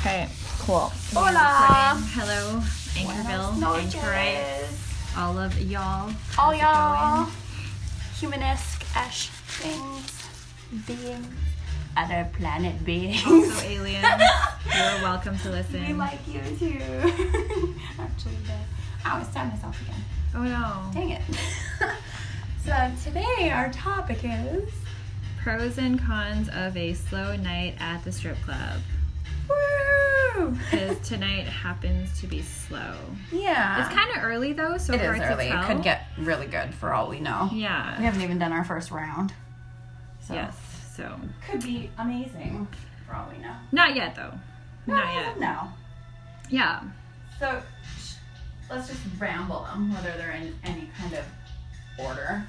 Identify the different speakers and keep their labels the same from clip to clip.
Speaker 1: Okay, cool.
Speaker 2: Hola.
Speaker 3: Hello, Anchorville, Anchorite, all of y'all.
Speaker 2: All
Speaker 3: How's it
Speaker 2: y'all. Humanesque ash things. Beings. Other planet beings.
Speaker 3: going? Also, aliens, you're welcome to
Speaker 2: we
Speaker 3: listen.
Speaker 2: like you too. Actually, no. I always stab myself again.
Speaker 3: oh no.
Speaker 2: Dang it. so today our topic is.
Speaker 3: Pros and cons of a slow night at the strip club.
Speaker 2: Woo!
Speaker 3: Because tonight happens to be slow.
Speaker 2: yeah.
Speaker 3: It's kind of early though, so
Speaker 2: It
Speaker 3: hard
Speaker 2: is early.
Speaker 3: to tell.
Speaker 2: It could get really good for all we know. We
Speaker 3: Yeah.
Speaker 2: haven't even done our first round. So
Speaker 3: Yes. So
Speaker 2: could be amazing for all we know.
Speaker 3: not yet though. Not yet.
Speaker 2: No.
Speaker 3: Yeah.
Speaker 2: So sh- let's just ramble them, whether they're in any kind of order.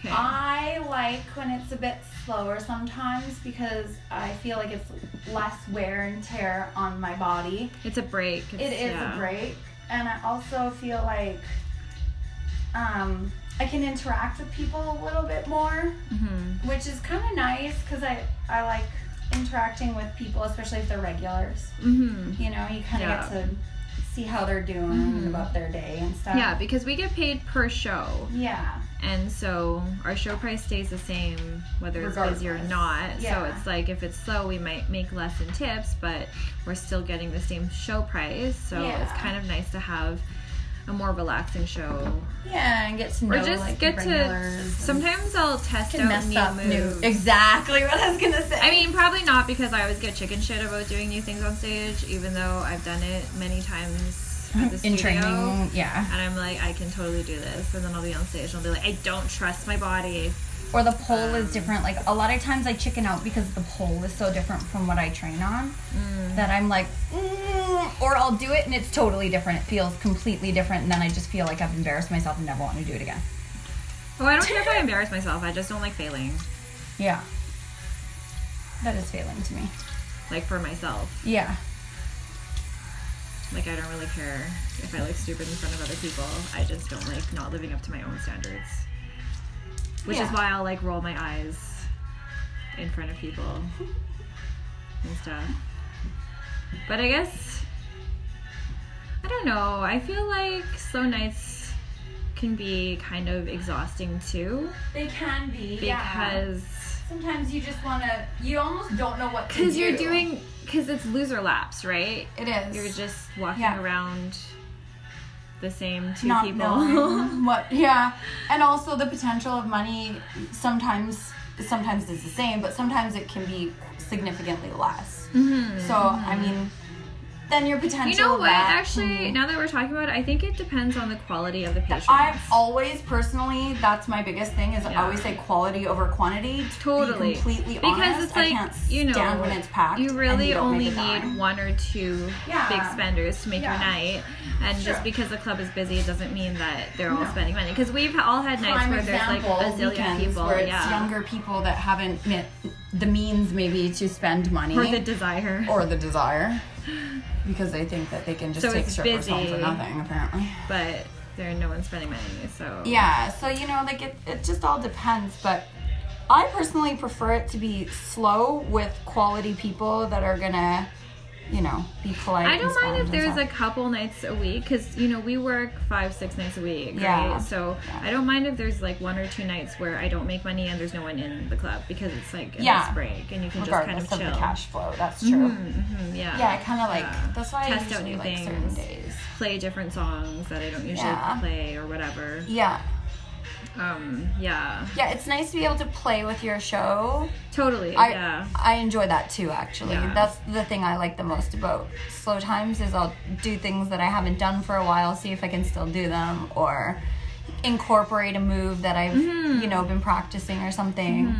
Speaker 3: Okay.
Speaker 2: Uh, I like when it's a bit slower sometimes because I feel like it's less wear and tear on my body.
Speaker 3: it's a break.
Speaker 2: It
Speaker 3: It's-
Speaker 2: is
Speaker 3: yeah.
Speaker 2: a break, and I also feel like um, I can interact with people a little bit more,
Speaker 3: Mhm.
Speaker 2: which is kind of nice because I I like interacting with people, especially if they're regulars.
Speaker 3: Mhm.
Speaker 2: You know, you kind of
Speaker 3: Yeah. Mm-hmm.
Speaker 2: get to see how they're doing and about their day and stuff.
Speaker 3: Yeah, because we get paid per show.
Speaker 2: Yeah.
Speaker 3: And so our show price stays the same whether it's busy or
Speaker 2: Regardless.
Speaker 3: not. So
Speaker 2: Yeah.
Speaker 3: it's like if it's slow, we might make less in tips, but we're still getting the same show price. So it's
Speaker 2: Yeah.
Speaker 3: kind of nice to have a more relaxing show.
Speaker 2: Yeah, and get to know
Speaker 3: or just
Speaker 2: like,
Speaker 3: get
Speaker 2: the
Speaker 3: to.
Speaker 2: regulars.
Speaker 3: Sometimes I'll test
Speaker 2: can
Speaker 3: out
Speaker 2: mess
Speaker 3: new
Speaker 2: up
Speaker 3: moves.
Speaker 2: new. Exactly what I was gonna say.
Speaker 3: I mean, probably not because I always get chicken shit about doing new things on stage, even though I've done it many times at the studio.
Speaker 2: in training, yeah.
Speaker 3: And I'm like, I can totally do this. And then I'll be on stage and I'll be like, I don't trust my body.
Speaker 4: or the pole is different. Like a lot of times I chicken out because the pole is so different from what I train on that I'm like, mm, or I'll do it and it's totally different. It feels completely different, and then I just feel like I've embarrassed myself and never want to do it again.
Speaker 3: Oh, I don't care if I embarrass myself. I just don't like failing,
Speaker 4: Yeah, that is failing to me.
Speaker 3: like for myself.
Speaker 4: Yeah,
Speaker 3: Like, I don't really care if I look stupid in front of other people. I just don't like not living up to my own standards. Which is
Speaker 2: Yeah.
Speaker 3: why I'll like roll my eyes in front of people and stuff. But I guess, I don't know. I feel like slow nights can be kind of exhausting too
Speaker 2: They can be
Speaker 3: because.
Speaker 2: yeah. sometimes you just wanna. You almost don't know what to do.
Speaker 3: Because you're doing, because it's loser laps, right?
Speaker 2: It is.
Speaker 3: You're just walking
Speaker 2: Yeah.
Speaker 3: around the same two
Speaker 2: not
Speaker 3: people.
Speaker 2: knowing what. Yeah, and also the potential of money sometimes sometimes is the same, but sometimes it can be significantly less. So I mean, then your potential.
Speaker 3: Mm-hmm. you know what?
Speaker 2: that- Mm-hmm.
Speaker 3: Actually, now that we're talking about it, I think it depends on the quality of the patient.
Speaker 2: I've always personally that's my biggest thing is I
Speaker 3: Yeah.
Speaker 2: always say quality over quantity. To be
Speaker 3: totally
Speaker 2: completely
Speaker 3: because
Speaker 2: honest,
Speaker 3: it's like
Speaker 2: I can't
Speaker 3: you know
Speaker 2: stand when it's packed.
Speaker 3: you
Speaker 2: and
Speaker 3: really
Speaker 2: don't
Speaker 3: only
Speaker 2: make a dime.
Speaker 3: need one or two
Speaker 2: Yeah.
Speaker 3: big spenders to make
Speaker 2: Yeah.
Speaker 3: your night and
Speaker 2: Sure.
Speaker 3: just because the club is busy doesn't mean that they're all
Speaker 2: No.
Speaker 3: spending money because we've all had nights
Speaker 2: prime
Speaker 3: where there's like
Speaker 2: example
Speaker 3: a zillion
Speaker 2: weekends
Speaker 3: people
Speaker 2: where it's
Speaker 3: yeah
Speaker 2: younger people that haven't met the means maybe to spend money
Speaker 3: or the desire
Speaker 2: or the desire because they think that they can just
Speaker 3: So
Speaker 2: take
Speaker 3: it's
Speaker 2: strippers home for
Speaker 3: busy.
Speaker 2: nothing apparently
Speaker 3: but there no one's spending money so
Speaker 2: yeah so you know like it, it just all depends but i personally prefer it to be slow with quality people that are gonna you know be polite
Speaker 3: I
Speaker 2: and
Speaker 3: don't mind
Speaker 2: spend
Speaker 3: if there's
Speaker 2: and
Speaker 3: a
Speaker 2: stuff.
Speaker 3: couple nights a week because you know we work five six nights a week
Speaker 2: Yeah.
Speaker 3: right so I don't mind if there's like one or two nights where I don't make money and there's no one in the club because it's like a
Speaker 2: Yeah.
Speaker 3: nice break and you can
Speaker 2: regardless
Speaker 3: just kind of
Speaker 2: of,
Speaker 3: chill
Speaker 2: the cash flow that's true
Speaker 3: Mhm, yeah
Speaker 2: yeah i kind of like that's why
Speaker 3: Test out
Speaker 2: i usually
Speaker 3: new
Speaker 2: like certain
Speaker 3: things.
Speaker 2: days
Speaker 3: play different songs that I don't usually
Speaker 2: Yeah.
Speaker 3: play or whatever
Speaker 2: yeah
Speaker 3: um yeah
Speaker 2: Yeah, it's nice to be able to play with your show.
Speaker 3: totally
Speaker 2: I
Speaker 3: yeah
Speaker 2: I enjoy that too actually.
Speaker 3: Yeah.
Speaker 2: That's the thing I like the most about slow times is I'll do things that I haven't done for a while, see if I can still do them or incorporate a move that I've,
Speaker 3: Mm-hmm.
Speaker 2: you know, been practicing or something.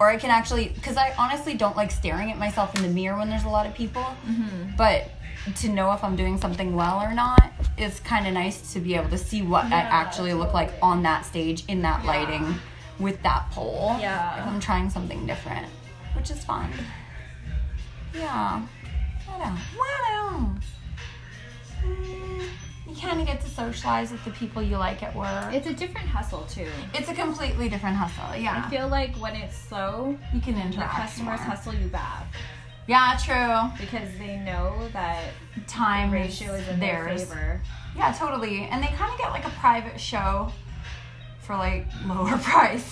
Speaker 2: Or I can actually cuz I honestly don't like staring at myself in the mirror when there's a lot of people.
Speaker 3: Mm-hmm.
Speaker 2: But to know if I'm doing something well or not, it's kind of nice to be able to see what I actually look like on that stage in that lighting with that pole.
Speaker 3: Yeah.
Speaker 2: If I'm trying something different, which is fun. Yeah. I don't know. Mm, You kind of get to socialize with the people you like at work.
Speaker 3: it's a different hustle too
Speaker 2: It's a completely
Speaker 3: Uh-huh.
Speaker 2: different hustle. Yeah.
Speaker 3: feel like when it's slow
Speaker 2: You can interact.
Speaker 3: customers
Speaker 2: more.
Speaker 3: hustle you back
Speaker 5: Yeah, true.
Speaker 3: because they know that
Speaker 5: Time
Speaker 3: ratio is in their
Speaker 5: theirs.
Speaker 3: favor.
Speaker 5: Yeah, totally. And they kind of get like a private show for like lower price.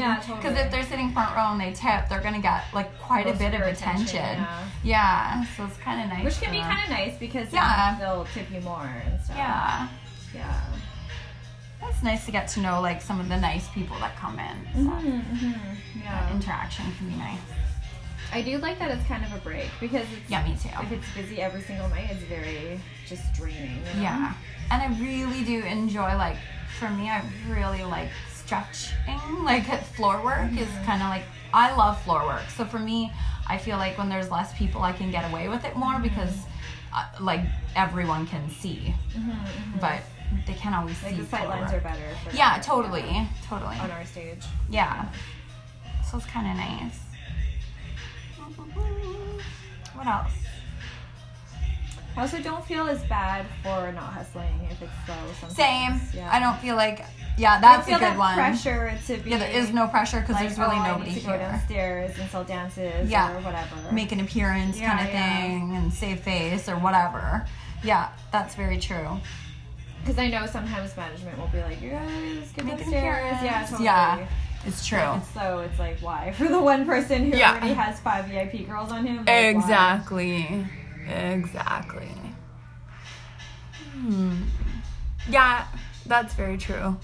Speaker 5: yeah,
Speaker 3: totally.
Speaker 5: Because if they're sitting front row and they tip, they're gonna get like quite
Speaker 3: Most
Speaker 5: a bit of
Speaker 3: of your
Speaker 5: attention.
Speaker 3: attention, yeah.
Speaker 5: Yeah, so it's kind of nice.
Speaker 3: Which can
Speaker 5: for
Speaker 3: be
Speaker 5: them.
Speaker 3: kind of nice because
Speaker 5: Yeah.
Speaker 3: then they'll tip you more and stuff.
Speaker 5: Yeah,
Speaker 3: Yeah.
Speaker 5: it's nice to get to know like some of the nice people that come in. So
Speaker 3: Mm-hmm.
Speaker 5: that
Speaker 3: Yeah.
Speaker 5: interaction can be nice.
Speaker 3: I do like that it's kind of a break because it's,
Speaker 5: Yeah, me too.
Speaker 3: if it's busy every single night, it's very just draining. you know?
Speaker 5: Yeah. And I really do enjoy like for me I really like stretching. Like floor work is
Speaker 3: Mm-hmm.
Speaker 5: kinda like I love floor work. So for me, I feel like when there's less people I can get away with it
Speaker 3: Mm-hmm.
Speaker 5: more because uh, like everyone can see. But they can't always
Speaker 3: Mm-hmm, Like
Speaker 5: see.
Speaker 3: the sight
Speaker 5: floor
Speaker 3: lines are
Speaker 5: work.
Speaker 3: better. For
Speaker 5: Yeah,
Speaker 3: that,
Speaker 5: totally.
Speaker 3: yeah,
Speaker 5: Totally.
Speaker 3: On our stage.
Speaker 5: Yeah. So it's kind of nice. What else?
Speaker 3: I also don't feel as bad for not hustling if it's slow. Sometimes.
Speaker 5: Same.
Speaker 3: Yeah.
Speaker 5: I don't feel like yeah,
Speaker 3: I don't
Speaker 5: that's
Speaker 3: feel
Speaker 5: a good
Speaker 3: that
Speaker 5: one.
Speaker 3: Pressure to be.
Speaker 5: Yeah, there is no pressure because
Speaker 3: like,
Speaker 5: there's really
Speaker 3: oh, I
Speaker 5: nobody
Speaker 3: need to Go
Speaker 5: here.
Speaker 3: downstairs and sell dances
Speaker 5: Yeah.
Speaker 3: or whatever.
Speaker 5: Make an appearance
Speaker 3: Yeah,
Speaker 5: kind of
Speaker 3: yeah.
Speaker 5: thing and save face or whatever. Yeah, that's very true.
Speaker 3: Because I know sometimes management will be like, you guys, get
Speaker 5: Make an
Speaker 3: downstairs. Yeah,
Speaker 5: appearance.
Speaker 3: totally.
Speaker 5: Yeah, it's true.
Speaker 3: So it's like, why? For the one person who
Speaker 5: Yeah.
Speaker 3: already has five VIP girls on him? like, why?
Speaker 5: Exactly. Exactly. Hmm. Yeah, that's very true.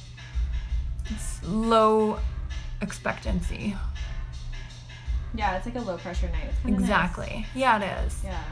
Speaker 5: It's low expectancy.
Speaker 3: Yeah, it's like a low pressure night. It's kinda nice.
Speaker 5: Yeah, it is.
Speaker 3: Yeah.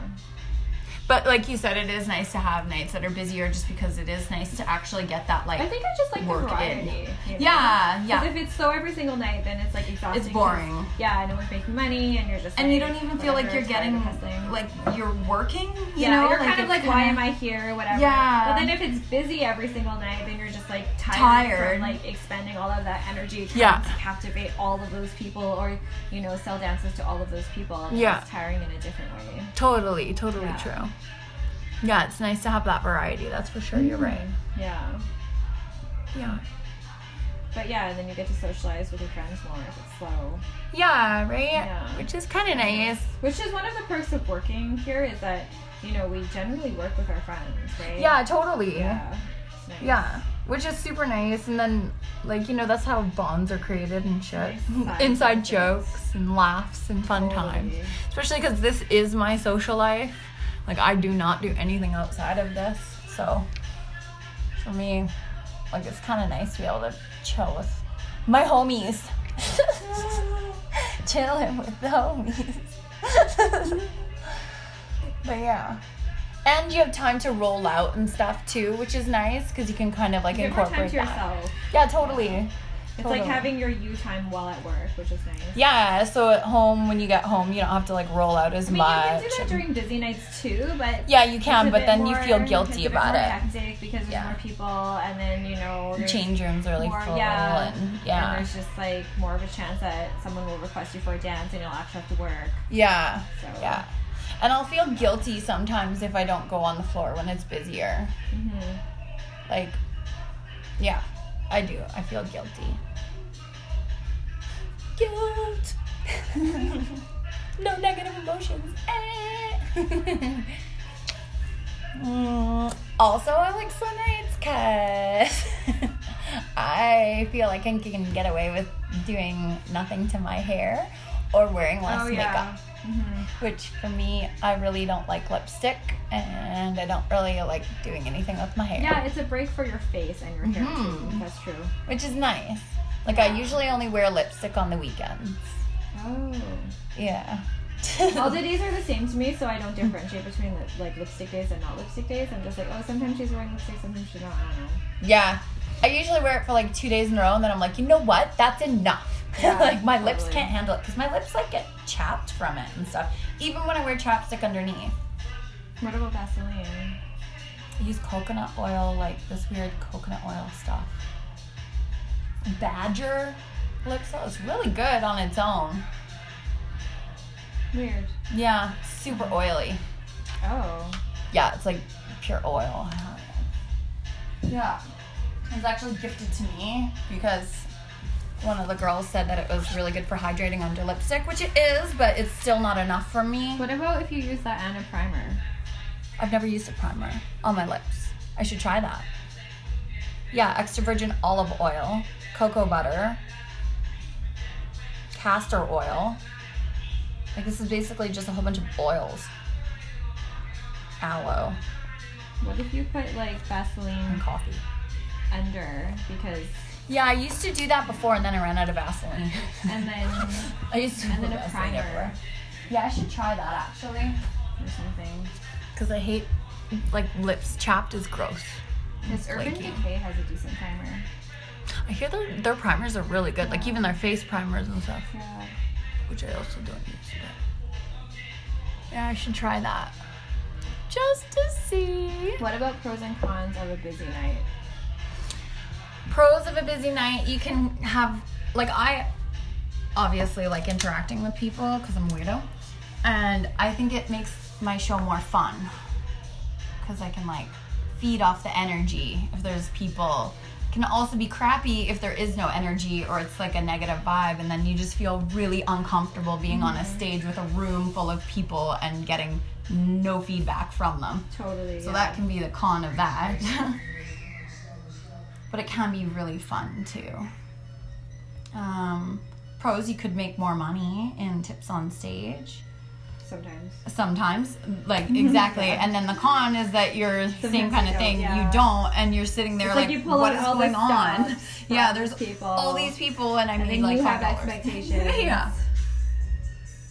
Speaker 5: But like you said, it is nice to have nights that are busier just because it is nice to actually get that like
Speaker 3: I think I just like
Speaker 5: Work
Speaker 3: the
Speaker 5: in.
Speaker 3: variety. you know?
Speaker 5: Yeah, yeah.
Speaker 3: 'Cause if it's so every single night, then it's like exhausting.
Speaker 5: It's boring.
Speaker 3: Yeah, no one's making money, and you're just.
Speaker 5: and you
Speaker 3: like,
Speaker 5: don't even feel like
Speaker 3: whatever,
Speaker 5: you're
Speaker 3: tired
Speaker 5: getting
Speaker 3: of hustling.
Speaker 5: like you're working you
Speaker 3: yeah,
Speaker 5: know
Speaker 3: you're kind of
Speaker 5: it's
Speaker 3: like, why am I here, or whatever.
Speaker 5: Yeah.
Speaker 3: But then if it's busy every single night, then you're just like tired,
Speaker 5: Tired.
Speaker 3: from like expending all of that energy trying
Speaker 2: Yeah.
Speaker 3: to captivate all of those people, or you know, sell dances to all of those people. and
Speaker 2: Yeah.
Speaker 3: it's tiring in a different way.
Speaker 2: Totally, totally
Speaker 3: Yeah.
Speaker 2: true. Yeah, it's nice to have that variety. That's for sure. You're
Speaker 3: Mm-hmm.
Speaker 2: right.
Speaker 3: Hmm. Yeah.
Speaker 2: Yeah.
Speaker 3: But yeah, and then you get to socialize with your friends more if it's slow.
Speaker 2: Yeah, right?
Speaker 3: Yeah.
Speaker 2: Which is kind of nice.
Speaker 3: Which is one of the perks of working here is that, you know, we generally work with our friends, right?
Speaker 2: Yeah, totally. Yeah.
Speaker 3: Yeah. It's nice.
Speaker 2: Which is super nice. And then, like, you know, that's how bonds are created and shit.
Speaker 3: Nice side
Speaker 2: Inside
Speaker 3: benefits.
Speaker 2: jokes and laughs and fun
Speaker 3: Totally.
Speaker 2: times. Especially because this is my social life. Like, I do not do anything outside of this. So, for me, like, it's kind of nice to be able to chill with my homies. Chilling with the homies. but yeah. And you have time to roll out and stuff too, which is nice because you can kind of like
Speaker 3: You have more
Speaker 2: incorporate
Speaker 3: time to
Speaker 2: that.
Speaker 3: yourself.
Speaker 2: Yeah, totally.
Speaker 3: It's
Speaker 2: Totally.
Speaker 3: like having your you time while at work, which is nice.
Speaker 2: Yeah, so at home when you get home, you don't have to like roll out as
Speaker 3: I mean,
Speaker 2: much.
Speaker 3: you can do that
Speaker 2: and-
Speaker 3: during busy nights too, but
Speaker 2: yeah, you
Speaker 3: it's
Speaker 2: can,
Speaker 3: a
Speaker 2: but
Speaker 3: bit
Speaker 2: then you
Speaker 3: more-
Speaker 2: feel
Speaker 3: it's a
Speaker 2: guilty
Speaker 3: bit
Speaker 2: about
Speaker 3: more
Speaker 2: it.
Speaker 3: Hectic because there's
Speaker 2: Yeah.
Speaker 3: more people, and then you know, there's
Speaker 2: Change rooms are really
Speaker 3: more,
Speaker 2: full.
Speaker 3: yeah,
Speaker 2: And, yeah.
Speaker 3: and there's just like more of a chance that someone will request you for a dance, and you'll actually have to work.
Speaker 2: yeah.
Speaker 3: So
Speaker 2: Yeah. And I'll feel guilty sometimes if I don't go on the floor when it's busier.
Speaker 3: Mhm.
Speaker 2: Like, yeah, I do. I feel guilty. Guilt. no negative emotions. Eh. Mm, also, I like slow nights because I feel like I can get away with doing nothing to my hair or wearing less
Speaker 3: Oh
Speaker 2: makeup
Speaker 3: yeah. Mhm.
Speaker 2: which for me I really don't like lipstick and I don't really like doing anything with my hair,
Speaker 3: Yeah, it's a break for your face and your hair too.
Speaker 2: Mhm.
Speaker 3: That's true.
Speaker 2: which is nice. Like I usually only wear lipstick on the weekends.
Speaker 3: Oh.
Speaker 2: Yeah.
Speaker 3: All the days are the same to me, so I don't differentiate between lip, like lipstick days and not lipstick days. I'm just like, oh, sometimes she's wearing lipstick, sometimes she's not. I don't know.
Speaker 2: yeah. I usually wear it for like two days in a row and then I'm like, you know what? That's enough.
Speaker 3: Yeah,
Speaker 2: like my lips
Speaker 3: totally.
Speaker 2: can't handle it because my lips like get chapped from it and stuff. Even when I wear chapstick underneath,
Speaker 3: What about Vaseline?
Speaker 2: I use coconut oil, like this weird coconut oil stuff. Badger lip oil is really good on its own.
Speaker 3: Weird.
Speaker 2: Yeah, super oily.
Speaker 3: Oh.
Speaker 2: Yeah, it's like pure oil.
Speaker 5: yeah
Speaker 2: It was actually gifted to me because one of the girls said that it was really good for hydrating under lipstick, which it is, but it's still not enough for me.
Speaker 3: What about if you use that and a primer?
Speaker 2: I've never used a primer on my lips. I should try that. Yeah, extra virgin olive oil, cocoa butter, castor oil. Like this is basically just a whole bunch of oils. Aloe
Speaker 3: What if you put like Vaseline
Speaker 2: and coffee.
Speaker 3: under because
Speaker 2: Yeah, I used to do that before and then I ran out of Vaseline.
Speaker 3: and then or
Speaker 2: I used to
Speaker 3: And
Speaker 2: put
Speaker 3: then a
Speaker 2: Vaseline
Speaker 3: primer.
Speaker 2: everywhere. Yeah, I should try that actually.
Speaker 3: something?
Speaker 2: Because I hate like lips chapped is gross.
Speaker 3: Because Urban
Speaker 2: flaky.
Speaker 3: Decay has a decent primer.
Speaker 2: I hear their their primers are really good, like even their face primers and stuff,
Speaker 3: Yeah.
Speaker 2: which I also don't use. But... Yeah, I should try that just to see.
Speaker 3: What about pros and cons of a busy night?
Speaker 2: Pros of a busy night: you can have like I obviously like interacting with people because I'm a weirdo, and I think it makes my show more fun because I can like feed off the energy if there's people. Can also be crappy if there is no energy or it's like a negative vibe, and then you just feel really uncomfortable being on a stage with a room full of people and getting no feedback from them.
Speaker 3: Totally.
Speaker 2: So that can be the con of that. but it can be really fun too. Um, pros, you could make more money in tips on stage
Speaker 3: sometimes.
Speaker 2: sometimes like exactly and then the con is that you're same
Speaker 3: you
Speaker 2: kind of
Speaker 3: don't,
Speaker 2: thing
Speaker 3: yeah.
Speaker 2: you don't and you're sitting there
Speaker 3: It's
Speaker 2: like,
Speaker 3: like you pull
Speaker 2: what
Speaker 3: out
Speaker 2: is
Speaker 3: all
Speaker 2: going
Speaker 3: this
Speaker 2: on
Speaker 3: stuff
Speaker 2: yeah
Speaker 3: from
Speaker 2: there's
Speaker 3: people.
Speaker 2: all these people and i
Speaker 3: And
Speaker 2: mean
Speaker 3: then
Speaker 2: like
Speaker 3: you have
Speaker 2: $5.
Speaker 3: expectations.
Speaker 2: yeah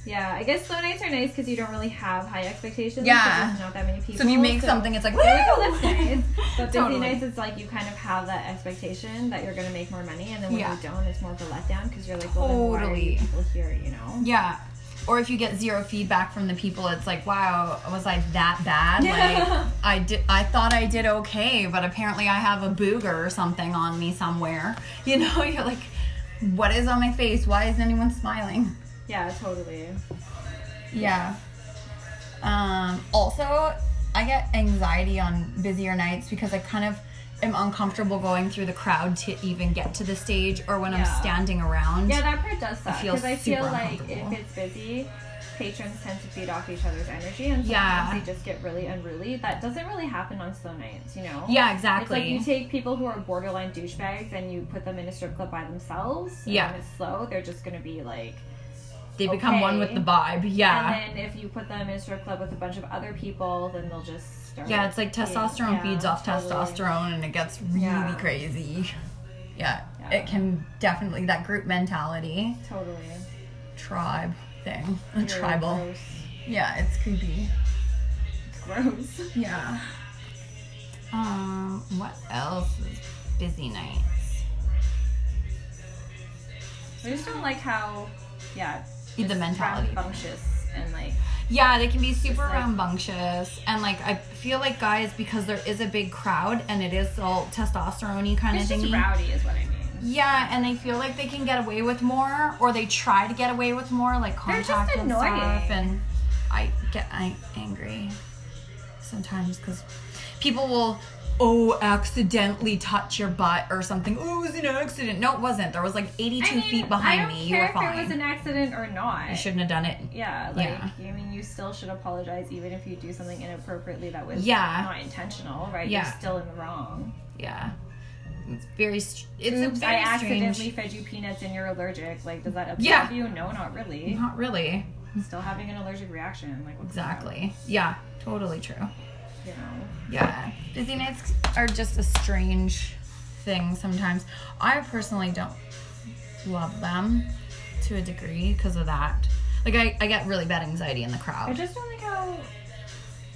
Speaker 3: Yeah, I guess slow nights are nice because you don't really have high expectations.
Speaker 2: Yeah.
Speaker 3: because There's not that many people.
Speaker 2: so if you make
Speaker 3: so-
Speaker 2: something it's like
Speaker 3: So like, oh,
Speaker 2: "Woo!"
Speaker 3: that's nice. But busy
Speaker 2: Totally.
Speaker 3: nights, it's like you kind of have that expectation that you're going to make more money, and then when
Speaker 2: Yeah.
Speaker 3: you don't, it's more of a letdown because you're like, well, then why are
Speaker 2: Totally.
Speaker 3: you people here? You know.
Speaker 2: Yeah. Or if you get zero feedback from the people, it's like, wow, was I that bad?
Speaker 3: Yeah.
Speaker 2: Like, I did, I thought I did okay, but apparently I have a booger or something on me somewhere. You know, you're like, what is on my face? Why is anyone smiling?
Speaker 3: Yeah, totally.
Speaker 2: Yeah. Um, also, I get anxiety on busier nights because I kind of am uncomfortable going through the crowd to even get to the stage, or when I'm
Speaker 3: Yeah.
Speaker 2: standing around.
Speaker 3: Yeah, that part does suck
Speaker 2: feels
Speaker 3: because I feel
Speaker 2: super
Speaker 3: like if
Speaker 2: uncomfortable.
Speaker 3: it's busy, patrons tend to feed off each other's energy, and sometimes
Speaker 2: Yeah.
Speaker 3: they just get really unruly. That doesn't really happen on slow nights, you know.
Speaker 2: Yeah, exactly.
Speaker 3: It's like you take people who are borderline douchebags and you put them in a strip club by themselves. and
Speaker 2: Yeah.
Speaker 3: When it's slow, they're just going to be like.
Speaker 2: they become one with
Speaker 3: okay.
Speaker 2: the vibe. Yeah.
Speaker 3: And then if you put them in a strip club with a bunch of other people, then they'll just start.
Speaker 2: Yeah, it's like
Speaker 3: being-
Speaker 2: testosterone
Speaker 3: yeah,
Speaker 2: feeds off
Speaker 3: totally.
Speaker 2: testosterone and it gets really
Speaker 3: Yeah.
Speaker 2: crazy. Yeah,
Speaker 3: Yeah.
Speaker 2: it can definitely, that group mentality,
Speaker 3: Totally.
Speaker 2: tribe thing,
Speaker 3: Really
Speaker 2: tribal.
Speaker 3: Gross.
Speaker 2: Yeah, it's creepy.
Speaker 3: It's gross.
Speaker 2: Yeah. Um, what else is busy nights?
Speaker 3: I just don't like how. Yeah.
Speaker 2: The
Speaker 3: just
Speaker 2: mentality.
Speaker 3: Rambunctious and like.
Speaker 2: Yeah, they can be super
Speaker 3: like-
Speaker 2: rambunctious. And like, I feel like guys, because there is a big crowd and it is all testosterone kind
Speaker 3: It's
Speaker 2: of
Speaker 3: just
Speaker 2: thingy.
Speaker 3: rowdy, is what I mean.
Speaker 2: Yeah, and they feel like they can get away with more, or they try to get away with more, like
Speaker 3: They're
Speaker 2: contact
Speaker 3: just
Speaker 2: and
Speaker 3: annoying.
Speaker 2: stuff. And I get I angry sometimes because people will, oh, accidentally touch your butt or something. Oh, it was an accident. No, it wasn't. There was like 82
Speaker 3: I mean,
Speaker 2: feet behind
Speaker 3: I don't
Speaker 2: me.
Speaker 3: care
Speaker 2: you were
Speaker 3: if
Speaker 2: fine.
Speaker 3: it was an accident or not.
Speaker 2: you shouldn't have done it.
Speaker 3: Yeah, like
Speaker 2: Yeah.
Speaker 3: I mean, you still should apologize even if you do something inappropriately that was
Speaker 2: Yeah.
Speaker 3: not intentional, right?
Speaker 2: Yeah.
Speaker 3: You're still in the wrong.
Speaker 2: Yeah. It's very. str- It's a
Speaker 3: Oops,
Speaker 2: very
Speaker 3: I accidentally
Speaker 2: strange.
Speaker 3: fed you peanuts and you're allergic. Like, does that upset
Speaker 2: Yeah.
Speaker 3: you? No, not really.
Speaker 2: Not really.
Speaker 3: Still having an allergic reaction. Like what's the matter,
Speaker 2: Exactly. Yeah. Totally true.
Speaker 3: You know.
Speaker 2: Yeah. Busy nights are just a strange thing sometimes. I personally don't love them to a degree because of that. Like, I, I get really bad anxiety in the
Speaker 3: I
Speaker 2: crowd.
Speaker 3: just don't like how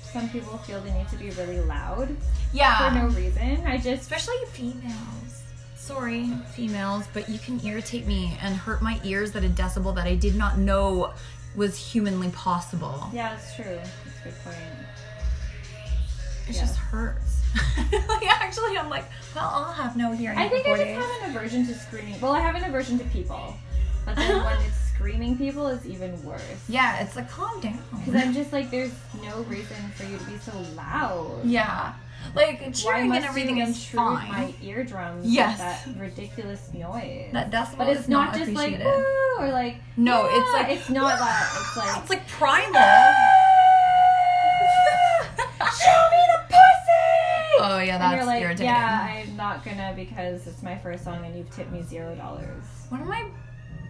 Speaker 3: some people feel they need to be really loud
Speaker 2: Yeah.
Speaker 3: for no reason. I just
Speaker 2: Especially females. Sorry, females, but you can irritate me and hurt my ears at a decibel that I did not know was humanly possible.
Speaker 3: yeah, it's true. That's a good point.
Speaker 2: It
Speaker 3: Yeah.
Speaker 2: just hurts. like, actually, I'm like, well, I'll have no hearing.
Speaker 3: I think
Speaker 2: for
Speaker 3: I
Speaker 2: four
Speaker 3: just
Speaker 2: days.
Speaker 3: have an aversion to screaming. Well, I have an aversion to people, but then when it's screaming people, it's even worse.
Speaker 2: Yeah, it's like, calm down.
Speaker 3: Because I'm just like, there's no reason for you to be so loud.
Speaker 2: Yeah.
Speaker 5: Like cheering
Speaker 3: Why
Speaker 5: and
Speaker 3: must
Speaker 5: everything
Speaker 3: you
Speaker 5: is
Speaker 3: intrude
Speaker 5: fine.
Speaker 3: my eardrums
Speaker 5: Yes.
Speaker 3: with that ridiculous noise.
Speaker 5: that decibel
Speaker 3: but it's
Speaker 5: is
Speaker 3: not,
Speaker 5: not,
Speaker 3: just like
Speaker 5: appreciated.
Speaker 3: "Woo," or like
Speaker 2: No,
Speaker 3: "Yeah,"
Speaker 2: it's like-
Speaker 3: it's not that. It's like
Speaker 2: It's like primal.
Speaker 5: Show me the pussy. Oh yeah,
Speaker 3: and
Speaker 5: that's
Speaker 3: you're like
Speaker 5: irritating.
Speaker 3: yeah, I'm not gonna because it's my first song and you've tipped me zero dollars.
Speaker 5: One of my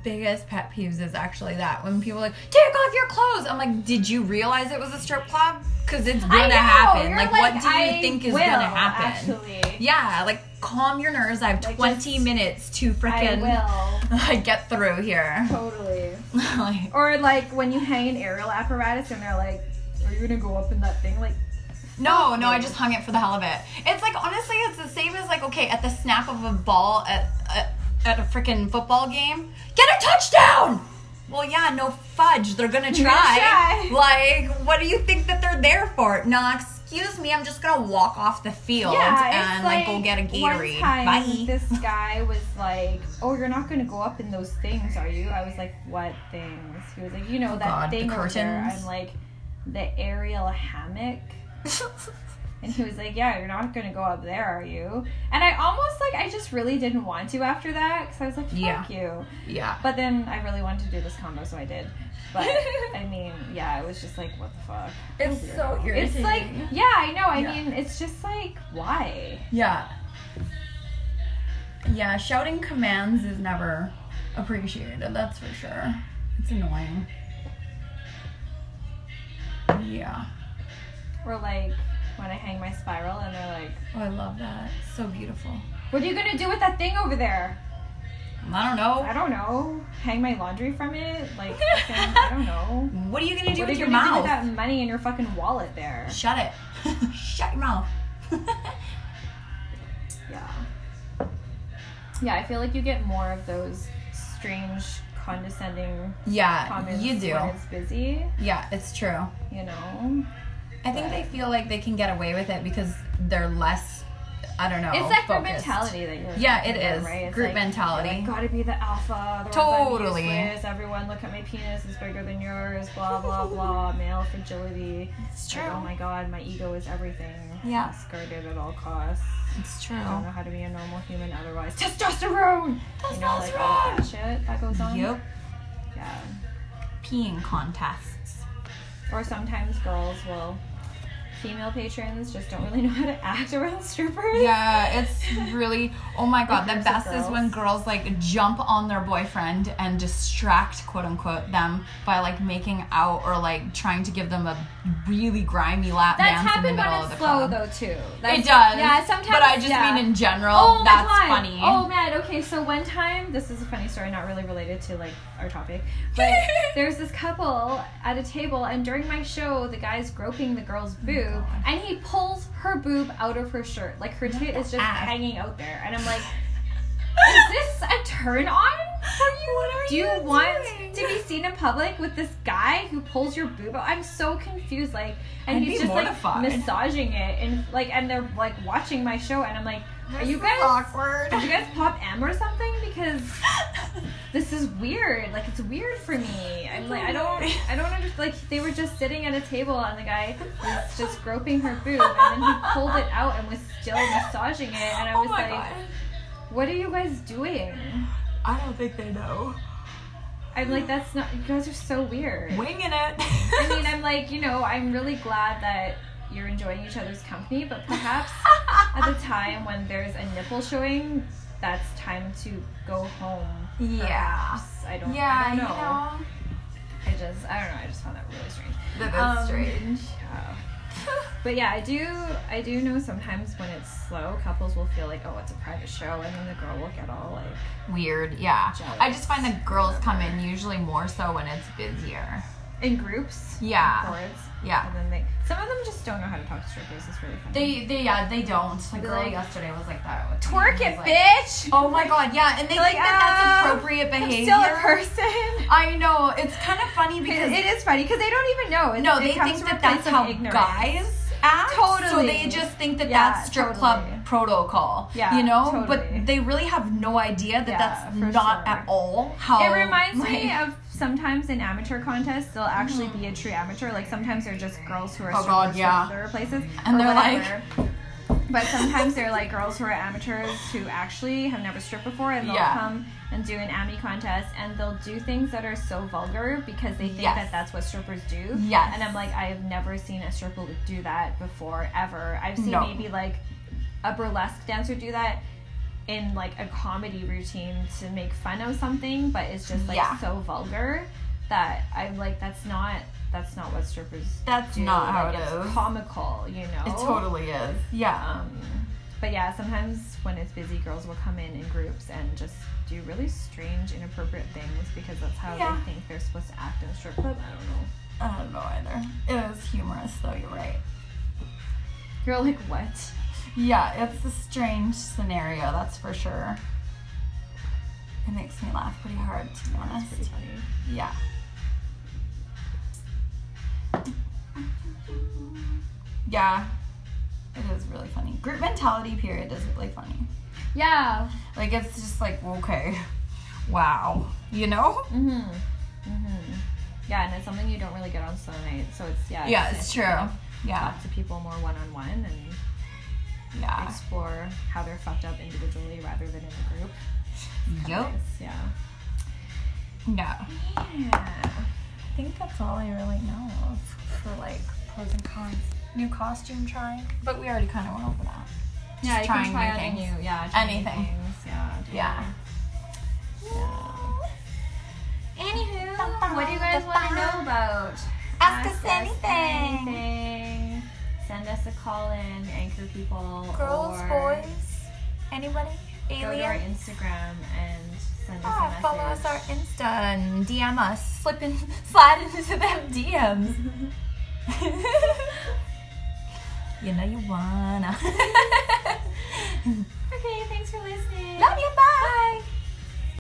Speaker 5: biggest pet peeves is actually that when people are like
Speaker 2: Take off your clothes. I'm like, did you realize it was a strip club? Because it's gonna
Speaker 3: I know,
Speaker 2: happen.
Speaker 3: you're
Speaker 2: Like, what do you
Speaker 3: I
Speaker 2: think is
Speaker 3: will,
Speaker 2: gonna happen?
Speaker 3: Actually,
Speaker 2: Yeah, like calm your nerves. I have
Speaker 3: Like,
Speaker 2: 20
Speaker 3: just-
Speaker 2: minutes to
Speaker 3: I
Speaker 2: freaking
Speaker 3: will
Speaker 2: get through here.
Speaker 3: totally.
Speaker 2: like,
Speaker 3: Or like when you hang an aerial apparatus and they're like, "Are you gonna go up in that thing?" Like,
Speaker 2: no, no, I just hung it for the hell of it. It's like honestly, it's the same as like okay, at the snap of a ball at at, at a freaking football game, get a touchdown. Well, yeah, no fudge. They're gonna try.
Speaker 3: try.
Speaker 2: Like, what do you think that they're there for? Nah, excuse me, I'm just gonna walk off the field
Speaker 3: yeah,
Speaker 2: and
Speaker 3: it's
Speaker 2: like, go get a
Speaker 3: One
Speaker 2: Gatorade.
Speaker 3: time,
Speaker 2: Bye.
Speaker 3: this guy was like, "Oh, you're not gonna go up in those things, are you?" I was like, "What things?" He was like, "You know that
Speaker 2: God, the
Speaker 3: thing over there."
Speaker 2: curtains.
Speaker 3: I'm like, "The aerial hammock." And he was like, "Yeah, you're not gonna go up there, are you?" And I almost like I just really didn't want to after that because I was like, "Fuck
Speaker 2: Yeah.
Speaker 3: you."
Speaker 2: yeah.
Speaker 3: But then I really wanted to do this combo, so I did. But I mean, yeah, I was just like, "What the fuck?"
Speaker 2: It's so
Speaker 3: It's like, yeah, I know. I
Speaker 2: Yeah.
Speaker 3: mean, it's just like, why?
Speaker 2: yeah.
Speaker 5: yeah, shouting commands is never appreciated. That's for sure.
Speaker 2: It's annoying. Yeah.
Speaker 3: Or like when I hang my spiral and they're like,
Speaker 2: Oh, I love that. So beautiful.
Speaker 3: "What are you gonna do with that thing over there?"
Speaker 2: I don't know.
Speaker 3: I don't know. Hang my laundry from it? Like, fucking- I don't know.
Speaker 2: What are you gonna do
Speaker 3: What are
Speaker 2: with
Speaker 3: you
Speaker 2: your
Speaker 3: gonna do
Speaker 2: mouth?
Speaker 3: with that money in your fucking wallet there?
Speaker 2: Shut it. Shut your mouth.
Speaker 3: Yeah. Yeah, I feel like you get more of those strange, condescending
Speaker 2: yeah,
Speaker 3: comments
Speaker 2: you do.
Speaker 3: when it's busy.
Speaker 2: Yeah, it's true.
Speaker 3: You know,
Speaker 2: I think they feel like they can get away with it because they're less. I don't know.
Speaker 3: it's like group
Speaker 2: focused.
Speaker 3: mentality that you're.
Speaker 2: Yeah,
Speaker 3: talking
Speaker 2: it
Speaker 3: about,
Speaker 2: is.
Speaker 3: right? It's
Speaker 2: Group
Speaker 3: like,
Speaker 2: mentality.
Speaker 3: I gotta be the alpha. otherwise
Speaker 2: Totally.
Speaker 3: I'm useless. Everyone, look at my penis. It's bigger than yours. Blah blah blah. Male fragility.
Speaker 2: It's
Speaker 3: Like, oh my god, my ego is everything.
Speaker 2: Yeah. Oh.
Speaker 3: Skirted at all costs.
Speaker 2: It's true.
Speaker 3: I don't know how to be a normal human otherwise. Testosterone. You know, like all that shit that goes on.
Speaker 2: Yep.
Speaker 3: Yeah.
Speaker 2: Peeing contests.
Speaker 3: Or sometimes girls will. Female patrons just don't really know how to act around strippers.
Speaker 2: Yeah, it's really. Oh my god, the
Speaker 3: groups of
Speaker 2: best is
Speaker 3: girls.
Speaker 2: when girls like jump on their boyfriend and distract, quote unquote, them by like making out or like trying to give them a really grimy lap
Speaker 3: That's
Speaker 2: dance in
Speaker 3: happened
Speaker 2: the
Speaker 3: when
Speaker 2: middle
Speaker 3: it's
Speaker 2: of the
Speaker 3: slow
Speaker 2: club.
Speaker 3: though too. That's-
Speaker 2: it does.
Speaker 3: Yeah, sometimes.
Speaker 2: But I just
Speaker 3: yeah.
Speaker 2: mean in general.
Speaker 3: Oh my
Speaker 2: that's
Speaker 3: God.
Speaker 2: funny.
Speaker 3: Oh man. Okay, so one time, this is a funny story, not really related to like our topic, but there's this couple at a table, and during my show, the guy's groping the girl's
Speaker 2: Oh
Speaker 3: boob, and he pulls her boob out of her shirt, like her tit is just hanging out there, and I'm like, is this a turn on? for you? Do you, want to be seen in public with this guy who pulls your boob out? I'm so confused. Like, and
Speaker 2: I'd
Speaker 3: he's
Speaker 2: be
Speaker 3: just
Speaker 2: mortified.
Speaker 3: like massaging it, and like, and they're like watching my show, and I'm like, are you guys?
Speaker 2: awkward.
Speaker 3: Did you guys pop M or something? Because this is weird. Like it's weird for me. I'm like I don't I don't understand. Like they were just sitting at a table and the guy was just groping her boob and then he pulled it out and was still massaging it and I
Speaker 2: Oh
Speaker 3: was
Speaker 2: my
Speaker 3: like,
Speaker 2: god.
Speaker 3: what are you guys doing?
Speaker 2: I don't think they know.
Speaker 3: I'm like that's not. You guys are so weird.
Speaker 2: Winging it.
Speaker 3: I mean I'm like you know I'm really glad that you're enjoying each other's company, but perhaps at the time when there's a nipple showing, that's time to go home.
Speaker 2: yeah.
Speaker 3: perhaps. I don't,
Speaker 2: Yeah,
Speaker 3: I don't
Speaker 2: you
Speaker 3: know.
Speaker 2: know.
Speaker 3: I just, I don't know. I just found that really strange.
Speaker 2: That is
Speaker 3: Um,
Speaker 2: strange.
Speaker 3: Yeah. But yeah, I do, I do know sometimes when it's slow, couples will feel like, oh, it's a private show, and then the girl will get all like,
Speaker 2: Weird, yeah.
Speaker 3: Jealous.
Speaker 2: I just find that girls come in usually more so when it's busier.
Speaker 3: in groups.
Speaker 2: Yeah.
Speaker 3: Chords.
Speaker 2: Yeah.
Speaker 3: And then they, some of them just don't know how to talk to strippers. It's really funny.
Speaker 2: They, they, yeah, they don't. The
Speaker 3: girl Like,
Speaker 2: yesterday was like that. With
Speaker 3: twerk it, bitch.
Speaker 2: Oh my god, yeah, and they
Speaker 3: Like,
Speaker 2: think that
Speaker 3: ah,
Speaker 2: that's appropriate behavior.
Speaker 3: I'm still a person.
Speaker 2: I know it's kind of funny because
Speaker 3: It is funny because they don't even know. It's,
Speaker 2: no,
Speaker 3: it
Speaker 2: they
Speaker 3: comes
Speaker 2: think
Speaker 3: from a
Speaker 2: that that's
Speaker 3: place of
Speaker 2: how
Speaker 3: ignorance.
Speaker 2: guys act. So
Speaker 3: Totally.
Speaker 2: they just think that
Speaker 3: Yeah,
Speaker 2: that's strip
Speaker 3: totally.
Speaker 2: club protocol.
Speaker 3: Yeah,
Speaker 2: you know,
Speaker 3: totally.
Speaker 2: but they really have no idea that
Speaker 3: Yeah,
Speaker 2: that's
Speaker 3: for
Speaker 2: not
Speaker 3: sure.
Speaker 2: at all how.
Speaker 3: It reminds me
Speaker 2: like- Mm-hmm.
Speaker 3: of sometimes in amateur contests, they'll actually be a true amateur. Like sometimes they're just girls who are
Speaker 2: Oh, God,
Speaker 3: strippers
Speaker 2: yeah.
Speaker 3: from other places,
Speaker 2: And
Speaker 3: or
Speaker 2: they're like-
Speaker 3: whatever. but sometimes there are like girls who are amateurs who actually have never stripped before, and they'll
Speaker 2: Yeah.
Speaker 3: come and do an AMI contest, and they'll do things that are so vulgar because they think
Speaker 5: Yes.
Speaker 3: that that's what strippers do.
Speaker 5: Yes.
Speaker 3: And I'm like, I have never seen a stripper do that before ever. I've seen
Speaker 5: No.
Speaker 3: maybe like a burlesque dancer do that in like a comedy routine to make fun of something, but it's just like
Speaker 5: Yeah.
Speaker 3: so vulgar that I'm like, that's not that's not what strippers
Speaker 5: That's
Speaker 3: do.
Speaker 5: not how
Speaker 3: like,
Speaker 5: it
Speaker 3: it's
Speaker 5: is.
Speaker 3: comical, you know.
Speaker 5: It totally is. Yeah.
Speaker 3: Um, but yeah, sometimes when it's busy, girls will come in in groups and just do really strange, inappropriate things because that's how
Speaker 5: Yeah.
Speaker 3: they think they're supposed to act in a strip club. I
Speaker 5: I
Speaker 3: don't know.
Speaker 5: don't know either. It is humorous though, you're right.
Speaker 3: You're like, what?
Speaker 5: Yeah, it's a strange scenario, that's for sure. It makes me laugh pretty hard, to be
Speaker 3: That's
Speaker 5: honest.
Speaker 3: pretty funny.
Speaker 5: Yeah. Yeah. It is really funny. Group mentality period is really funny.
Speaker 3: Yeah.
Speaker 5: Like it's just like, okay. Wow. You know?
Speaker 3: Mhm. Mhm. Yeah, and it's something you don't really get on solo night, so it's yeah.
Speaker 5: Yeah,
Speaker 3: nice
Speaker 5: it's
Speaker 3: to
Speaker 5: true.
Speaker 3: kind of
Speaker 5: Yeah.
Speaker 3: Talk to people more one on one and
Speaker 5: Yeah.
Speaker 3: explore how they're fucked up individually rather than in a group.
Speaker 5: Yep.
Speaker 3: Nice, Yeah.
Speaker 5: Yeah.
Speaker 3: Yeah.
Speaker 2: I think that's all I really know of for like pros and cons. New costume trying, but we already kind of went over that.
Speaker 3: yeah, you
Speaker 5: trying
Speaker 3: can try
Speaker 5: new
Speaker 3: out
Speaker 5: things.
Speaker 3: new, yeah, try new
Speaker 5: Anything.
Speaker 3: things, yeah,
Speaker 5: Yeah.
Speaker 3: Anywho,
Speaker 4: What do you guys want to know about?
Speaker 5: Ask us anything.
Speaker 3: anything. Send us a call in, anchor people,
Speaker 2: Girls,
Speaker 3: or
Speaker 2: boys, anybody,
Speaker 3: go to our
Speaker 2: alien.
Speaker 3: Instagram and send us a
Speaker 5: Ah,
Speaker 2: Yeah,
Speaker 3: message.
Speaker 2: follow us our Insta and DM us. Slip in, slide into them DMs. you know you wanna.
Speaker 3: Okay, thanks for listening.
Speaker 2: Love you. Bye.